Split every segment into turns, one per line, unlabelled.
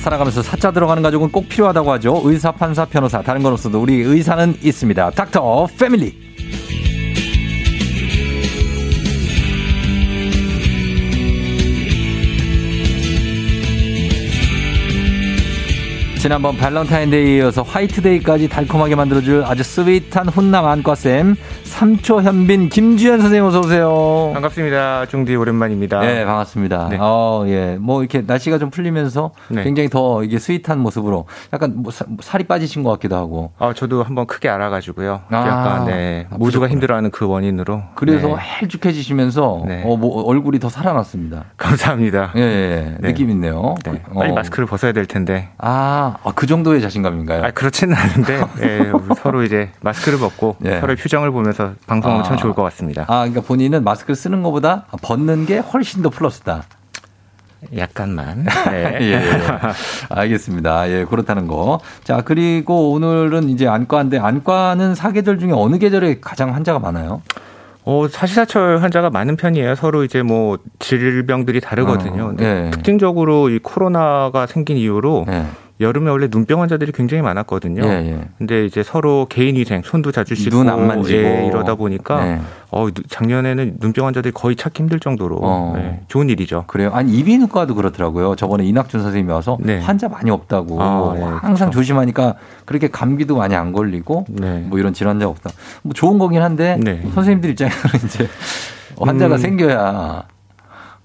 살아가면서 사자 들어가는 가족은 꼭 필요하다고 하죠. 의사, 판사, 변호사 다른 건 없어도 우리 의사는 있습니다. 닥터 패밀리. 지난번 발렌타인데이에 이어서 화이트데이까지 달콤하게 만들어줄 아주 스윗한 훈남 안과쌤 삼초현빈 김주현 선생님 어서 오세요.
반갑습니다. 중디 오랜만입니다.
네, 반갑습니다.
네.
어, 예. 뭐 이렇게 날씨가 좀 풀리면서
네.
굉장히 더 이게 스윗한 모습으로 약간 뭐 사- 살이 빠지신 것 같기도 하고.
아, 저도 한번 크게 알아가지고요.
아,
약간 네,
아,
모두가
그렇구나.
힘들어하는 그 원인으로.
그래서
네,
헬쭉해지시면서
네.
어, 뭐 얼굴이 더 살아났습니다.
감사합니다.
예, 예.
네.
느낌 있네요.
네,
그-
빨리
어.
마스크를 벗어야 될 텐데.
아, 아, 그 정도의 자신감인가요?
아, 그렇지는 않은데 예, 우리 서로 이제 마스크를 벗고
예.
서로의 표정을 보면서 방송하면
아.
참 좋을 것 같습니다.
아, 그러니까 본인은 마스크를 쓰는 것보다 벗는 게 훨씬 더 플러스다.
약간만.
예,
네.
예, 예. 알겠습니다. 예, 그렇다는 거. 자, 그리고 오늘은 이제 안과인데 안과는 사계절 중에 어느 계절에 가장 환자가 많아요?
어, 사시사철 환자가 많은 편이에요. 서로 이제 뭐 질병들이 다르거든요.
어,
근데
예.
특징적으로 이 코로나가 생긴 이후로
예.
여름에 원래 눈병 환자들이 굉장히 많았거든요.
예, 예.
근데 이제 서로 개인 위생, 손도 자주 씻고
눈안 만지고.
예, 이러다 보니까
네.
어 누- 작년에는 눈병 환자들이 거의 찾기 힘들 정도로
어.
예, 좋은 일이죠.
그래요. 아니 이비인후과도 그렇더라고요. 저번에 이낙준 선생님이 와서
네.
환자 많이 없다고 뭐
아, 네,
항상 조심하니까 그렇게 감기도 많이 안 걸리고
네.
뭐 이런 질환자 없다. 뭐 좋은 거긴 한데
네.
선생님들 입장에서는 이제 환자가
음.
생겨야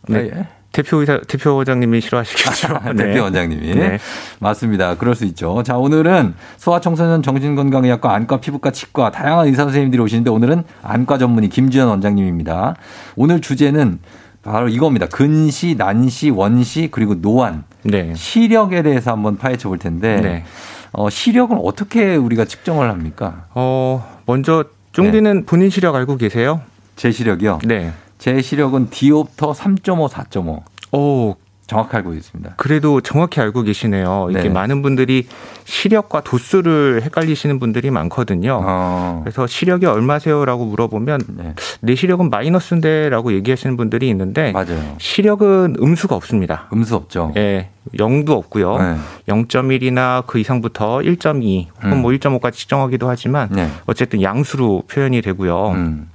네.
예.
대표 의사 대표 원장님이 싫어하시겠죠. 네.
아, 대표 원장님이
네.
맞습니다. 그럴 수 있죠. 자 오늘은 소아청소년 정신건강의학과 안과 피부과 치과 다양한 의사 선생님들이 오시는데 오늘은 안과 전문의 김주현 원장님입니다. 오늘 주제는 바로 이겁니다. 근시, 난시, 원시 그리고 노안
네.
시력에 대해서 한번 파헤쳐 볼 텐데
네.
어, 시력은 어떻게 우리가 측정을 합니까?
어, 먼저
네.
쫑디는 본인 시력 알고 계세요?
제 시력이요.
네.
제 시력은 디옵터 3.5, 4.5
오,
정확히 알고 있습니다.
어, 그래도 정확히 알고 계시네요. 이렇게
네.
많은 분들이 시력과 도수를 헷갈리시는 분들이 많거든요.
어,
그래서 시력이 얼마세요라고 물어보면
네.
내 시력은 마이너스인데라고 얘기하시는 분들이 있는데
맞아요.
시력은 음수가 없습니다.
음수 없죠.
예, 0도 없고요.
네.
0.1이나 그 이상부터 1.2 혹은
음.
뭐 1.5까지 측정하기도 하지만
네.
어쨌든 양수로 표현이 되고요.
음.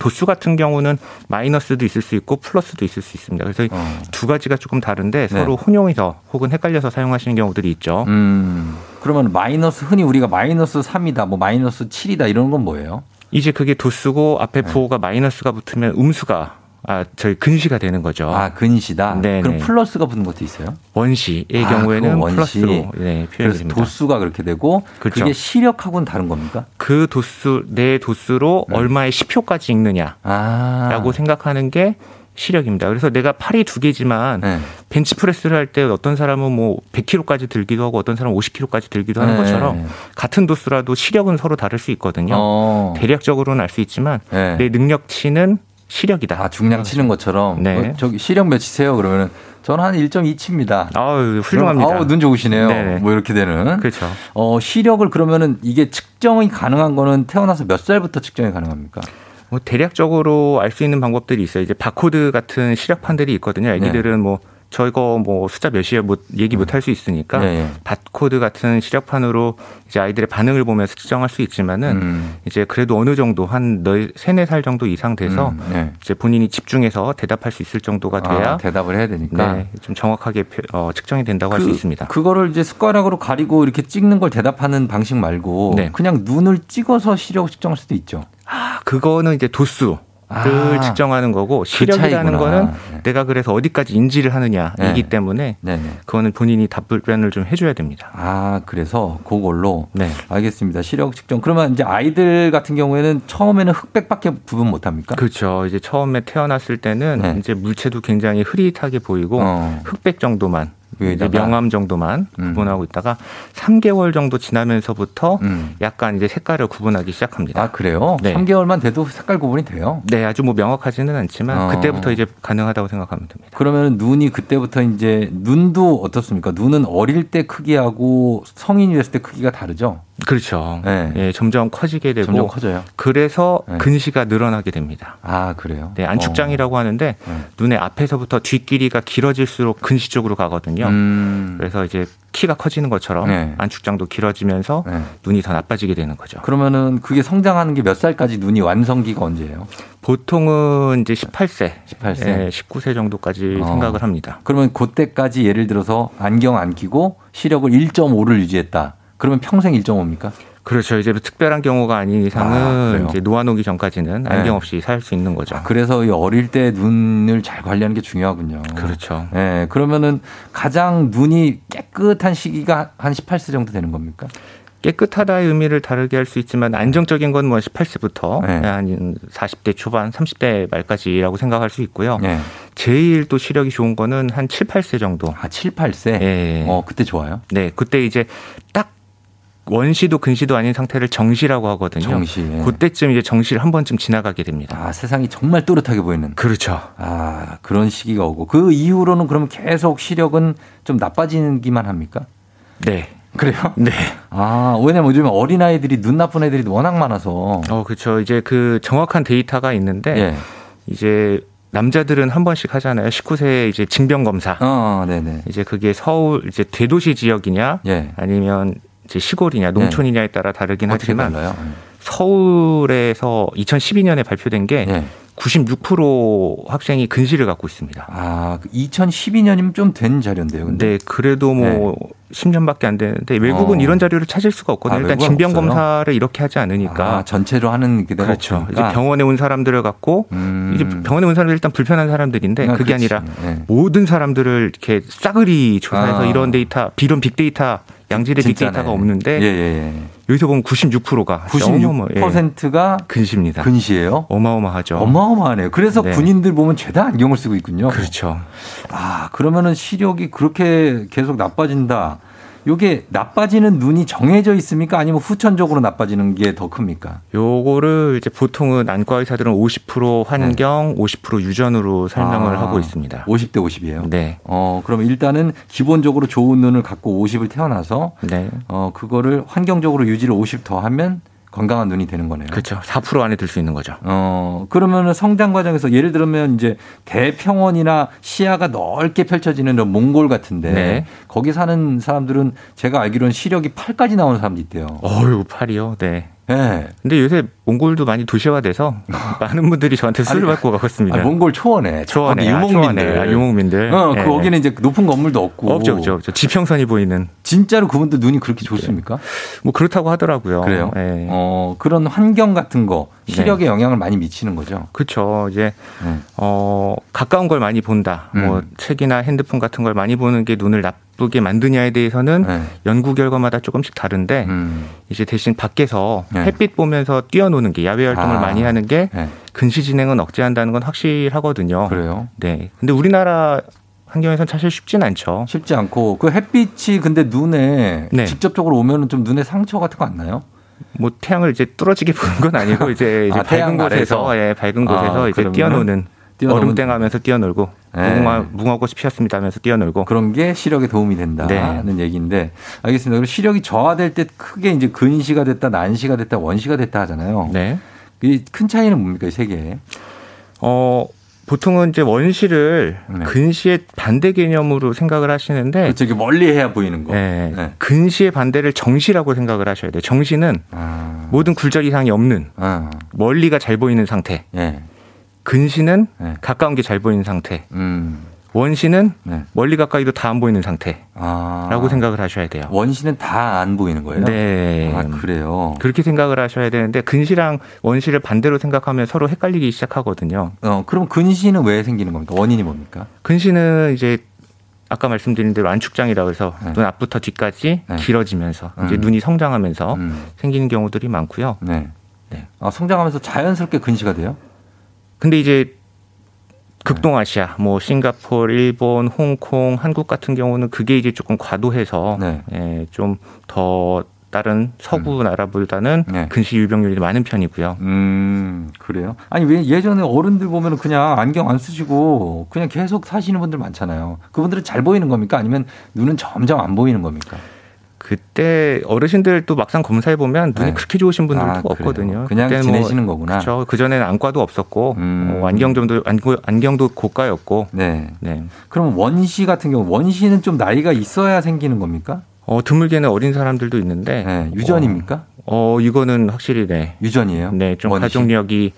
도수 같은 경우는 마이너스도 있을 수 있고 플러스도 있을 수 있습니다. 그래서
어. 네.
두 가지가 조금 다른데 서로 혼용해서 혹은 헷갈려서 사용하시는 경우들이 있죠.
음. 그러면 마이너스 흔히 우리가 마이너스 3이다, 뭐 마이너스 7이다 이런 건 뭐예요?
이제 그게 도수고 앞에
네.
부호가 마이너스가 붙으면 음수가 아, 저희 근시가 되는 거죠.
아 근시다.
네네.
그럼 플러스가 붙는 것도 있어요.
원시의
아,
경우에는
그건 원시.
플러스로 네, 표현이
그래서
됩니다.
도수가 그렇게 되고 그
그렇죠.
게 시력하고는 다른 겁니까?
그 도수 내 도수로 얼마의 10표까지 읽느냐라고
음. 아.
생각하는 게 시력입니다. 그래서 내가 팔이 두 개지만
네.
벤치 프레스를 할 때 어떤 사람은 뭐 100kg까지 들기도 하고 어떤 사람은 50kg까지 들기도 하는
네.
것처럼 같은 도수라도 시력은 서로 다를 수 있거든요.
어.
대략적으로는 알 수 있지만
네.
내 능력치는 시력이다.
아 중량 치는 것처럼.
네.
어, 저기 시력 몇이세요? 그러면은 저는 한 1.2치입니다.
아유, 훌륭합니다.
아우 어, 눈 좋으시네요.
네네.
뭐 이렇게 되는.
그렇죠.
어 시력을 그러면은 이게 측정이 가능한 거는 태어나서 몇 살부터 측정이 가능합니까?
뭐 대략적으로 알 수 있는 방법들이 있어요. 이제 바코드 같은 시력판들이 있거든요. 애기들은 뭐 저거 뭐 숫자 몇이야 뭐 얘기 못 할 수 있으니까
예, 예.
바코드 같은 시력판으로 이제 아이들의 반응을 보면서 측정할 수 있지만은
음.
이제 그래도 어느 정도 한 네- 세네 살 정도 이상 돼서
음, 네.
이제 본인이 집중해서 대답할 수 있을 정도가 돼야
아, 대답을 해야 되니까.
네, 좀 정확하게 표- 어, 측정이 된다고 할 수 있습니다.
그거를 이제 숟가락으로 가리고 이렇게 찍는 걸 대답하는 방식 말고
네.
그냥 눈을 찍어서 시력 측정할 수도 있죠.
아, 그거는 이제 도수를
아,
측정하는 거고 시력이라는
차이구나.
거는
네.
그 내가 그래서 어디까지 인지를 하느냐이기
네.
때문에
네.
그거는 본인이 답변을 좀 해줘야 됩니다.
아 그래서 그걸로
네.
알겠습니다. 시력 측정. 그러면 이제 아이들 같은 경우에는 처음에는 흑백밖에 구분 못 합니까?
그렇죠. 이제 처음에 태어났을 때는
네.
이제 물체도 굉장히 흐릿하게 보이고
어.
흑백 정도만
위에다가.
이제 명암 정도만
음.
구분하고 있다가 3개월 정도 지나면서부터
음.
약간 이제 색깔을 구분하기 시작합니다.
아 그래요?
네.
3개월만 돼도 색깔 구분이 돼요.
네, 아주 뭐 명확하지는 않지만
어.
그때부터 이제 가능하다고 생각하면 됩니다.
그러면 눈이 그때부터 이제 눈도 어떻습니까? 눈은 어릴 때 크기하고 성인이 됐을 때 크기가 다르죠.
그렇죠.
네.
예, 점점 커지게 되고
점점 커져요.
그래서
네.
근시가 늘어나게 됩니다.
아 그래요?
네, 안축장이라고 하는데
네.
눈의 앞에서부터 뒷길이가 길어질수록 근시 쪽으로 가거든요. 거거든요.
음.
그래서 이제 키가 커지는 것처럼
네.
안축장도 길어지면서
네.
눈이 더 나빠지게 되는 거죠.
예. 그러면은 그게 성장하는 게 몇 살까지 눈이 완성기가 언제예요?
보통은 이제 18세, 아.
18세.
19세 정도까지
어.
생각을 합니다.
그러면 그때까지 예를 들어서 안경 안 끼고 시력을 1.5를 유지했다. 그러면 평생 1.5입니까?
그렇죠. 이제 특별한 경우가 아닌 아,
아,
이상은
그래요?
이제 노안 오기 전까지는
네.
안경 없이 살 수 있는 거죠.
그래서 이 어릴 때 눈을 잘 관리하는 게 중요하군요.
그렇죠.
예, 그러면은 가장 눈이 깨끗한 시기가 한 18세 정도 되는 겁니까?
깨끗하다의 의미를 다르게 할 수 있지만 안정적인 건 뭐 18세부터
네.
한 40대 초반, 30대 말까지라고 생각할 수 있고요.
예.
제일 또 시력이 좋은 거는 한 7, 8세 정도.
아, 7, 8세?
예.
어, 그때 좋아요.
네, 그때 이제 딱 원시도 근시도 아닌 상태를 정시라고 하거든요.
정시. 예.
그때쯤 이제 정시를 한 번쯤 지나가게 됩니다.
아, 세상이 정말 또렷하게 보이는.
그렇죠.
아, 그런 시기가 오고. 그 이후로는 그럼 계속 시력은 좀 나빠지기만 합니까?
네.
그래요?
네.
아, 왜냐면 요즘 어린아이들이 눈 나쁜 애들이 워낙 많아서.
어, 그렇죠. 이제 그 정확한 데이터가 있는데
예.
이제 남자들은 한 번씩 하잖아요. 19세 이제 징병 검사.
어, 네네.
이제 그게 서울 이제 대도시 지역이냐
예.
아니면 이제 시골이냐 농촌이냐에 따라 다르긴
네. 어떻게
하지만
달라요?
서울에서 2012년에 발표된 게
예.
96% 학생이 근시를 갖고 있습니다.
아, 2012년이면 좀 된 자료인데요. 근데. 네.
근데 그래도 뭐 10년밖에 안 되는데 외국은
어.
이런 자료를 찾을 수가 없거든요.
아,
일단
외국은
질병
없어요?
검사를 이렇게 하지 않으니까
아, 전체로 하는 그대로.
그러니까. 그렇죠. 이제
없으니까.
병원에 온 사람들을 갖고
음.
이제 병원에 온 사람들 일단 불편한 사람들인데
아,
그게
그렇지.
아니라
예.
모든 사람들을 이렇게 싸그리 조사해서
아.
이런 데이터, 이런 빅데이터 양질의
진짜네.
빅데이터가 없는데 아, 뭐,
예, 예, 예.
여기서 보면 96%가 예.
96%가
근시입니다.
근시예요.
어마어마하죠.
어마어마하네요. 그래서
네.
군인들 보면 죄다 안경을 쓰고 있군요.
그렇죠.
아, 그러면은 시력이 그렇게 계속 나빠진다. 요게 나빠지는 눈이 정해져 있습니까? 아니면 후천적으로 나빠지는 게 더 큽니까?
요거를 이제 보통은 안과 의사들은 50% 환경, 50% 유전으로 설명을
네. 아,
하고 있습니다.
50대 50이에요.
네.
어, 그럼 일단은 기본적으로 좋은 눈을 갖고 50을 태어나서
네.
어, 그거를 환경적으로 유지를 50 더하면 건강한 눈이 되는 거네요.
그렇죠. 4% 안에 들 수 있는 거죠.
어, 그러면은 성장 과정에서 예를 들면 이제 대평원이나 시야가 넓게 펼쳐지는 이런 몽골 같은데
네.
거기 사는 사람들은 제가 알기로는 시력이 8까지 나오는 사람도 있대요.
어유 팔이요. 네.
예.
근데 요새 몽골도 많이 도시화돼서 많은 분들이 저한테 수술
아니,
받고 가거든요.
아, 몽골 초원에.
그러니까. 초원에
거기
아,
유목민들.
초원에, 아, 유목민들.
어,
네.
그 거기는 이제 높은 건물도 없고.
없죠, 없죠, 없죠. 지평선이 보이는
진짜로 그분들 눈이 그렇게 좋습니까?
뭐 그렇다고 하더라고요.
그래요.
예.
어, 그런 환경 같은 거 시력에
네.
영향을 많이 미치는 거죠.
그렇죠. 이제
음.
어 가까운 걸 많이 본다. 뭐
음.
책이나 핸드폰 같은 걸 많이 보는 게 눈을 나쁘게 만드냐에 대해서는
네.
연구 결과마다 조금씩 다른데
음.
이제 대신 밖에서
네.
햇빛 보면서 뛰어노는 게 야외 활동을
아.
많이 하는 게
네.
근시 진행은 억제한다는 건 확실하거든요.
그래요.
네. 근데 우리나라 환경에선 사실 쉽진 않죠.
쉽지 않고 그 햇빛이 근데 눈에
네.
직접적으로 오면은 좀 눈에 상처 같은 거 안 나요?
뭐 태양을 이제 뚫어지게 보는 건 아니고 이제, 이제
아, 태양
밝은 곳에서
아래에서?
예, 밝은
아,
곳에서 이제
그러면은
뛰어노는
뛰어노는-
얼음땡 하면서 뛰어놀고
예.
무궁화 무궁화꽃이 피었습니다 하면서 뛰어놀고 네.
그런 게 시력에 도움이 된다는 얘기인데 알겠습니다. 그럼 시력이 저하될 때 크게 이제 근시가 됐다, 난시가 됐다, 원시가 됐다 하잖아요.
네.
이 큰 차이는 뭡니까 이 세 개에?
어 보통은 이제 원시를
네.
근시의 반대 개념으로 생각을 하시는데
그렇죠. 이게 멀리 해야 보이는 거.
예,
네.
근시의 반대를 정시라고 생각을 하셔야 돼요. 정시는
아,
모든 굴절 이상이 없는
아,
멀리가 잘 보이는 상태.
예,
근시는
예,
가까운 게 잘 보이는 상태.
음,
원시는
네,
멀리 가까이도 다 안 보이는 상태라고
아,
생각을 하셔야 돼요.
원시는 다 안 보이는 거예요?
네.
아 그래요.
그렇게 생각을 하셔야 되는데 근시랑 원시를 반대로 생각하면 서로 헷갈리기 시작하거든요.
어, 그럼 근시는 왜 생기는 겁니까? 원인이 뭡니까?
근시는 이제 아까 말씀드린 대로 안축장이라고 해서
네.
눈 앞부터 뒤까지
네.
길어지면서 이제
음.
눈이 성장하면서
음,
생기는 경우들이 많고요.
네.
네.
아, 성장하면서 자연스럽게 근시가 돼요?
근데 이제 극동아시아, 뭐 싱가포르, 일본, 홍콩, 한국 같은 경우는 그게 이제 조금 과도해서
네.
예, 좀 더 다른 서구 나라보다는
음. 네.
근시 유병률이 많은 편이고요.
음, 그래요? 아니, 왜 예전에 어른들 보면 은 그냥 안경 안 쓰시고 그냥 계속 사시는 분들 많잖아요. 그분들은 잘 보이는 겁니까? 아니면 눈은 점점 안 보이는 겁니까?
그때 어르신들 또 막상 검사해 보면 눈이
네.
그렇게 좋으신 분들도
아,
없거든요.
그래요? 그냥
그때는 뭐
지내시는 거구나.
그렇죠. 그 전에는 안과도 없었고
음.
뭐 안경점도 안고- 안경도 고가였고.
네.
네.
그럼 원시 같은 경우 원시는 좀 나이가 있어야 생기는 겁니까?
어 드물게는 어린 사람들도 있는데
네. 유전입니까?
어, 어, 이거는 확실히 네.
유전이에요.
네, 좀
원시.
가족력이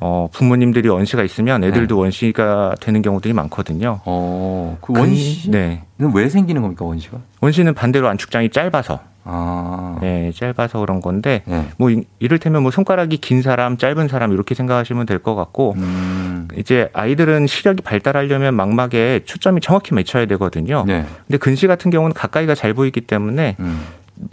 어 부모님들이 원시가 있으면 애들도
네.
원시가 되는 경우들이 많거든요.
어, 그
근-
원시는
네.
왜 생기는 겁니까 원시가?
원시는 반대로 안축장이 짧아서
아,
네, 짧아서 그런 건데
네.
뭐 이- 이를테면 뭐 손가락이 긴 사람, 짧은 사람 이렇게 생각하시면 될 것 같고
음,
이제 아이들은 시력이 발달하려면 망막에 초점이 정확히 맞춰야 되거든요.
네.
근데 근시 같은 경우는 가까이가 잘 보이기 때문에
음,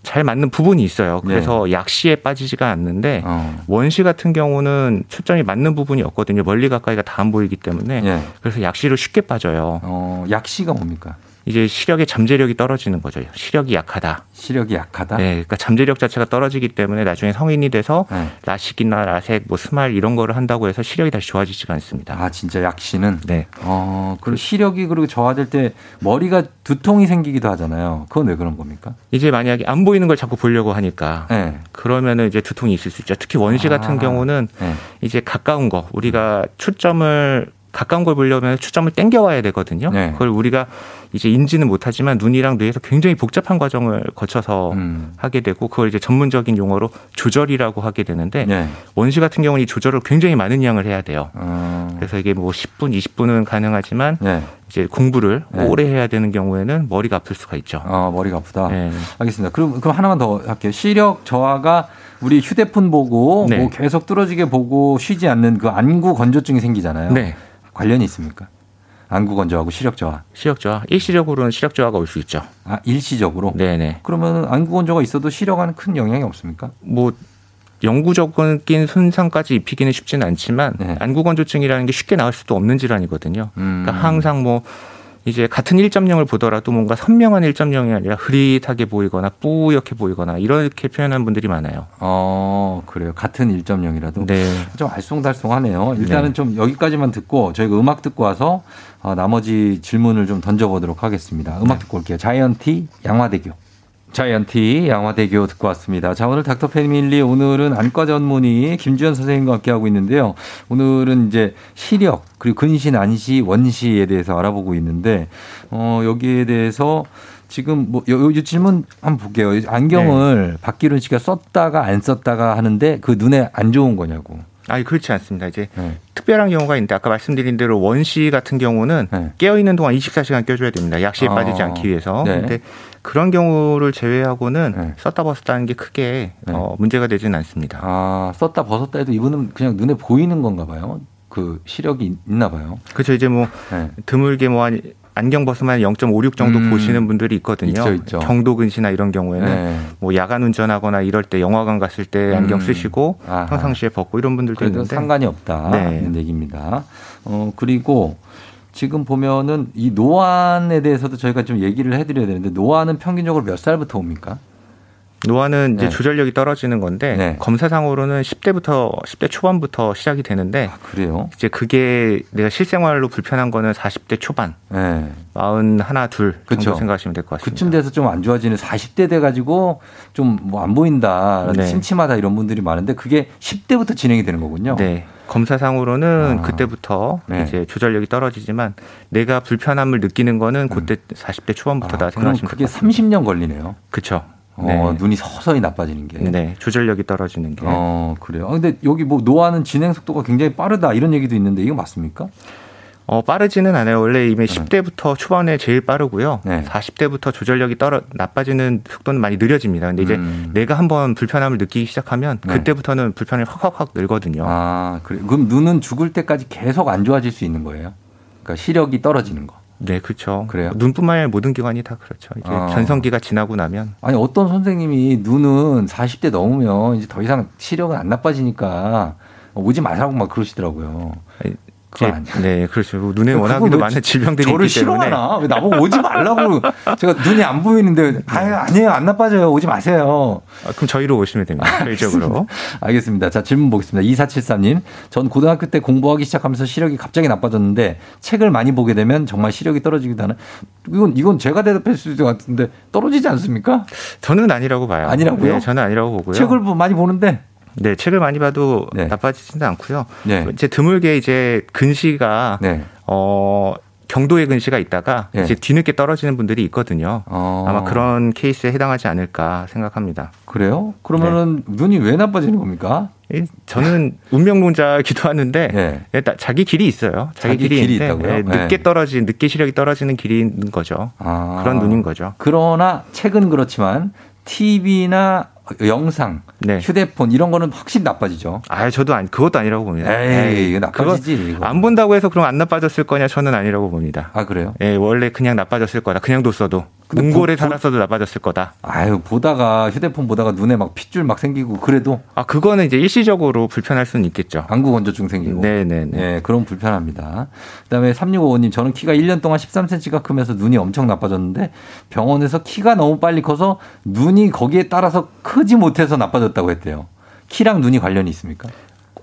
잘 맞는 부분이 있어요. 그래서 약시에 빠지지가 않는데
어,
원시 같은 경우는 초점이 맞는 부분이 없거든요. 멀리 가까이가 다 안 보이기 때문에
예.
그래서 약시로 쉽게 빠져요.
어, 약시가 뭡니까?
이제 시력의 잠재력이 떨어지는 거죠. 시력이 약하다.
시력이 약하다.
네, 그러니까 잠재력 자체가 떨어지기 때문에 나중에 성인이 돼서
네.
라식이나 라섹, 뭐 스마일 이런 거를 한다고 해서 시력이 다시 좋아지지가 않습니다.
아, 진짜 약시는
네.
어, 그리고 시력이 그리고 저하될 때 머리가 두통이 생기기도 하잖아요. 그건 왜 그런 겁니까?
이제 만약에 안 보이는 걸 자꾸 보려고 하니까
네.
그러면은 이제 두통이 있을 수 있죠. 특히 원시
아.
같은 경우는
네.
이제 가까운 거 우리가 초점을 가까운 걸 보려면 초점을 땡겨와야 되거든요.
네.
그걸 우리가 이제 인지는 못하지만 눈이랑 뇌에서 굉장히 복잡한 과정을 거쳐서
음.
하게 되고 그걸 이제 전문적인 용어로 조절이라고 하게 되는데
네.
원시 같은 경우는 이 조절을 굉장히 많은 양을 해야 돼요.
어,
그래서 이게 뭐 10분, 20분은 가능하지만
네.
이제 공부를
네.
오래 해야 되는 경우에는 머리가 아플 수가 있죠.
어, 머리가 아프다.
네.
알겠습니다. 그럼 그럼 하나만 더 할게요. 시력 저하가 우리 휴대폰 보고
네.
뭐 계속 뚫어지게 보고 쉬지 않는 그 안구 건조증이 생기잖아요.
네.
관련이 있습니까? 안구 건조하고 시력 저하.
시력 저하. 일시적으로는 시력 저하가 올 수 있죠.
아, 일시적으로.
네, 네.
그러면 안구 건조가 있어도 시력에는 큰 영향이 없습니까?
뭐 영구적인 손상까지 입히기는 쉽지는 않지만
네.
안구건조증이라는 게 쉽게 나을 수도 없는 질환이거든요.
음.
그러니까 항상 뭐 이제 같은 1.0을 보더라도 뭔가 선명한 1.0이 아니라 흐릿하게 보이거나 뿌옇게 보이거나 이렇게 표현하는 분들이 많아요.
어, 그래요. 같은 1.0이라도
네.
좀 알쏭달쏭하네요. 일단은
네.
좀 여기까지만 듣고 저희가 음악 듣고 와서 어, 나머지 질문을 좀 던져보도록 하겠습니다. 음악 듣고 올게요. 자이언티 양화대교. 네. 자이언티 양화대교 듣고 왔습니다. 자 오늘 닥터 패밀리 오늘은 안과 전문의 김주현 선생님과 함께 하고 있는데요. 오늘은 이제 시력 그리고 근시 난시 원시에 대해서 알아보고 있는데 어 여기에 대해서 지금 뭐 요, 요 질문 한번 볼게요. 안경을 박기룬 씨가 썼다가 안 썼다가 하는데 그 눈에 안 좋은 거냐고.
아니 그렇지 않습니다. 이제
네.
특별한 경우가 있는데 아까 말씀드린 대로 원시 같은 경우는
네.
깨어 있는 동안 24시간 껴줘야 됩니다. 약시에
아,
빠지지 않기 위해서.
네.
근데 그런 경우를 제외하고는
네.
썼다 벗었다는 게 크게
네.
어, 문제가 되지는 않습니다.
아 썼다 벗었다 해도 이분은 그냥 눈에 보이는 건가 봐요. 그 시력이 있- 있나 봐요.
그렇죠. 이제 뭐
네.
드물게 뭐 한 안경 벗으면 0.56 정도
음.
보시는 분들이 있거든요.
있죠, 있죠.
경도근시나 이런 경우에는
네.
뭐 야간 운전하거나 이럴 때 영화관 갔을 때 안경
음.
쓰시고
아하.
평상시에 벗고 이런 분들도
그래도
있는데
상관이 없다
네.
는 얘기입니다. 어 그리고 지금 보면은 이 노안에 대해서도 저희가 좀 얘기를 해드려야 되는데 노안은 평균적으로 몇 살부터 옵니까?
노화는 이제
네.
조절력이 떨어지는 건데
네.
검사상으로는 10대부터 10대 초반부터 시작이 되는데
아, 그래요?
이제 그게 내가 실생활로 불편한 거는 40대 초반,
네.
41, 둘 정도
그쵸.
생각하시면 될 것 같습니다.
그쯤 돼서 좀 안 좋아지는 40대 돼 가지고 좀 뭐 안 보인다,
네.
침침하다 이런 분들이 많은데 그게 10대부터 진행이 되는 거군요.
네. 검사상으로는
아.
그때부터
네.
이제 조절력이 떨어지지만 내가 불편함을 느끼는 거는 그때 40대 초반부터다
음. 아, 그럼
생각하시면
그게
될것 같습니다.
30년 걸리네요.
그쵸.
어,
네.
눈이 서서히 나빠지는 게.
네. 조절력이 떨어지는 게.
어, 그래요. 아, 근데 여기 뭐 노화는 진행 속도가 굉장히 빠르다 이런 얘기도 있는데 이거 맞습니까?
어, 빠르지는 않아요. 원래 이미 10대부터 초반에 제일 빠르고요.
네.
40대부터 조절력이 떨어, 나빠지는 속도는 많이 느려집니다. 근데 네, 이제
음.
내가 한번 불편함을 느끼기 시작하면
네.
그때부터는 불편이 확확확 늘거든요.
아, 그래. 그럼 눈은 죽을 때까지 계속 안 좋아질 수 있는 거예요? 그러니까 시력이 떨어지는 거.
네, 그렇죠.
그래요?
눈뿐만 아니라 모든 기관이 다 그렇죠. 이제
아.
전성기가 지나고 나면
아니, 어떤 선생님이 눈은 40대 넘으면 이제 더 이상 시력은 안 나빠지니까 오지 말라고 막 그러시더라고요.
아니,
그건 아니야.
네, 그렇죠. 눈에
그걸
워낙에도
왜
많은
지-
질병들이
저를
있기 때문에
싫어하나? 왜 나보고 오지 말라고. 제가 눈이 안
네.
보이는데, 아유, 아니에요. 안 나빠져요. 오지 마세요.
아, 그럼 저희로 오시면 됩니다. 저희 쪽으로.
알겠습니다. 자, 질문 보겠습니다. 2473님. 전 고등학교 때 공부하기 시작하면서 시력이 갑자기 나빠졌는데 책을 많이 보게 되면 정말 시력이 떨어지기도 하는 이건 이건 제가 대답할 수도 같은데 떨어지지 않습니까?
저는 아니라고 봐요.
아니라고요?
네, 저는 아니라고 보고요.
책을 보- 많이 보는데
네, 책을 많이 봐도
네.
나빠지지는 않고요.
네.
이제 드물게 이제 근시가
네.
어 경도의 근시가 있다가
네.
이제 뒤늦게 떨어지는 분들이 있거든요.
어,
아마 그런 케이스에 해당하지 않을까 생각합니다.
그래요? 그러면은
네.
눈이 왜 나빠지는 겁니까?
이- 저는 운명론자기도 하는데
네.
일단 자기 길이 있어요.
자기
자기,
길이
있는데
있다고요?
예,
네.
늦게 떨어진 늦게 시력이 떨어지는 길이 있는 거죠.
아.
그런 눈인 거죠.
그러나 책은 그렇지만 TV나 영상,
네.
휴대폰 이런 거는 확실히 나빠지죠.
아, 저도 아니 그것도 아니라고 봅니다.
에이,
예,
이거 나빠지지,
그거
이거.
안 본다고 해서 그럼 안 나빠졌을 거냐? 저는 아니라고 봅니다.
아 그래요?
예, 원래 그냥 나빠졌을 거다. 그냥 뒀어도.
근데 그
몽골에
보- 보-
살았어도 나빠졌을 거다.
아유 보다가 휴대폰 보다가 눈에 막 핏줄 막 생기고 그래도
아, 그거는 이제 일시적으로 불편할 수는 있겠죠.
안구 건조증 생기고.
네네네.
예, 그럼 불편합니다. 그다음에 3655님 저는 키가 1년 동안 13cm가 크면서 눈이 엄청 나빠졌는데 병원에서 키가 너무 빨리 커서 눈이 거기에 따라서 크지 못해서 나빠졌다고 했대요. 키랑 눈이 관련이 있습니까?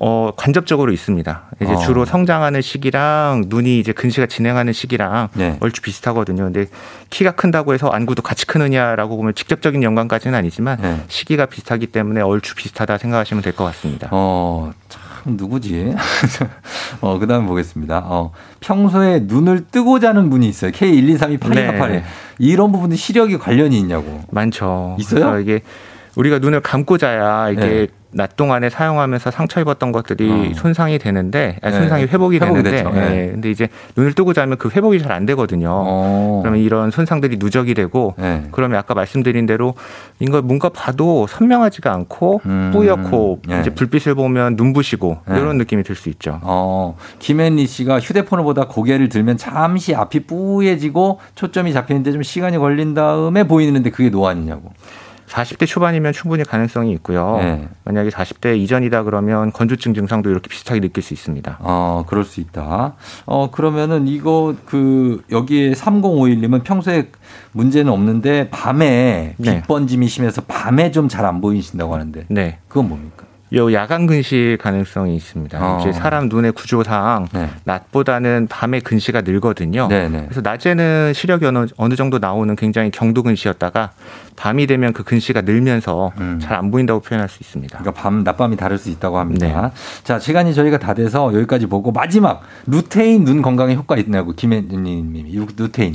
어, 간접적으로 있습니다. 이제
어.
주로 성장하는 시기랑 눈이 이제 근시가 진행하는 시기랑
네.
얼추 비슷하거든요. 근데 키가 큰다고 해서 안구도 같이 크느냐라고 보면 직접적인 연관까지는 아니지만
네.
시기가 비슷하기 때문에 얼추 비슷하다 생각하시면 될 것 같습니다.
어, 참 누구지? 어, 그다음에 보겠습니다. 어, 평소에 눈을 뜨고 자는 분이 있어요. K12328248.
네.
이런 부분도 시력이 관련이 있냐고.
많죠.
있어요?
그래서 이게 우리가 눈을 감고 자야 이게
네.
낮 동안에 사용하면서 상처 입었던 것들이
어.
손상이 되는데 아니,
네.
손상이 회복이,
회복이
되는데
됐죠. 네.
예. 근데 이제 눈을 뜨고 자면 그 회복이 잘 안 되거든요.
어.
그러면 이런 손상들이 누적이 되고
네.
그러면 아까 말씀드린 대로 이거 뭔가 봐도 선명하지가 않고
음.
뿌옇고
네.
이제 불빛을 보면 눈부시고
네.
이런 느낌이 들 수 있죠.
어, 김앤리 씨가 휴대폰을 보다 고개를 들면 잠시 앞이 뿌얘지고 초점이 잡히는데 좀 시간이 걸린 다음에 보이는데 그게 노안이냐고.
40대 초반이면 충분히 가능성이 있고요.
네.
만약에 40대 이전이다 그러면 건조증 증상도 이렇게 비슷하게 느낄 수 있습니다.
어, 그럴 수 있다. 어, 그러면은 이거 그 여기에 3051님은 평소에 문제는 없는데 밤에
네.
빛번짐이 심해서 밤에 좀 잘 안 보이신다고 하는데
네.
그건 뭡니까?
요 야간 근시 가능성이 있습니다.
어.
이제 사람 눈의 구조상
네.
낮보다는 밤에 근시가 늘거든요.
네네.
그래서 낮에는 시력이 어느, 어느 정도 나오는 굉장히 경도 근시였다가 밤이 되면 그 근시가 늘면서
음.
잘 안 보인다고 표현할 수 있습니다.
그러니까 밤 낮밤이 다를 수 있다고 합니다.
네.
자 시간이 저희가 다 돼서 여기까지 보고 마지막 루테인 눈 건강에 효과 있냐고 김혜진님이 루테인.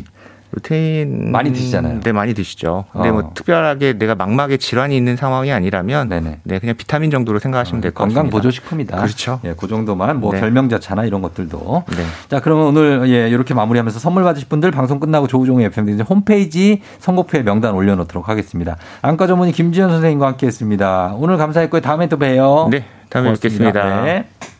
루테인
많이 드시잖아요.
네, 많이 드시죠. 근데
어.
뭐 특별하게 내가 막막에 질환이 있는 상황이 아니라면
네네. 아, 예,
네, 그냥 비타민 정도로 생각하시면 될 것 같습니다.
건강 보조 식품이다.
그렇죠.
예, 그 정도만 뭐
네.
결명자차나 이런 것들도.
네.
자, 그러면 오늘 예, 이렇게 마무리하면서 선물 받으실 분들 방송 끝나고 조우종의 FM 등 홈페이지 선곡표에 명단 올려 놓도록 하겠습니다. 안과 전문의 김지현 선생님과 함께 했습니다. 오늘 감사했고요. 다음에 또 봬요.
네, 다음에
어, 고맙습니다.
뵙겠습니다.
네.